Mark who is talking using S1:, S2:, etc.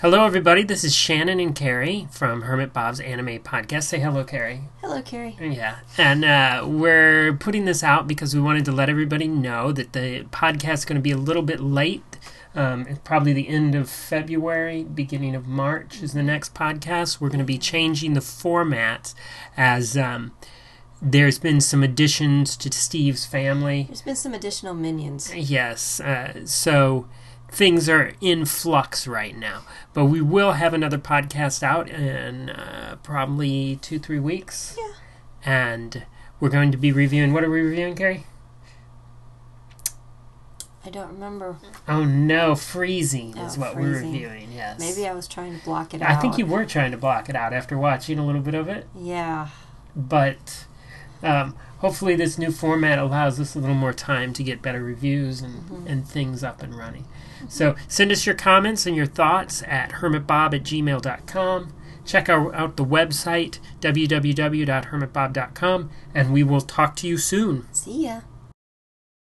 S1: Hello, everybody. This is Shannon and Carrie from Hermit Bob's Anime Podcast. Say hello, Carrie.
S2: Hello, Carrie.
S1: Yeah. And uh, we're putting this out because we wanted to let everybody know that the podcast's going to be a little bit late. Um, it's probably the end of February, beginning of March is the next podcast. We're going to be changing the format as um, there's been some additions to Steve's family.
S2: There's been some additional minions.
S1: Yes. Uh, so things are in flux right now. But we will have another podcast out in uh, probably two, three weeks.
S2: Yeah.
S1: And we're going to be reviewing. What are we reviewing, Carrie?
S2: I don't remember.
S1: Oh no, freezing is
S2: Oh,
S1: what we're
S2: Freezing.
S1: reviewing. Yes.
S2: Maybe I was trying to block it
S1: I
S2: out.
S1: think you were trying to block it out after watching a little bit of it,
S2: Yeah.
S1: but um, hopefully this new format allows us a little more time to get better reviews and, and things up and running. So send us your comments and your thoughts at hermitbob at gmail.com. Check our, out the website, www.hermitbob.com, and we will talk to you soon.
S2: See ya.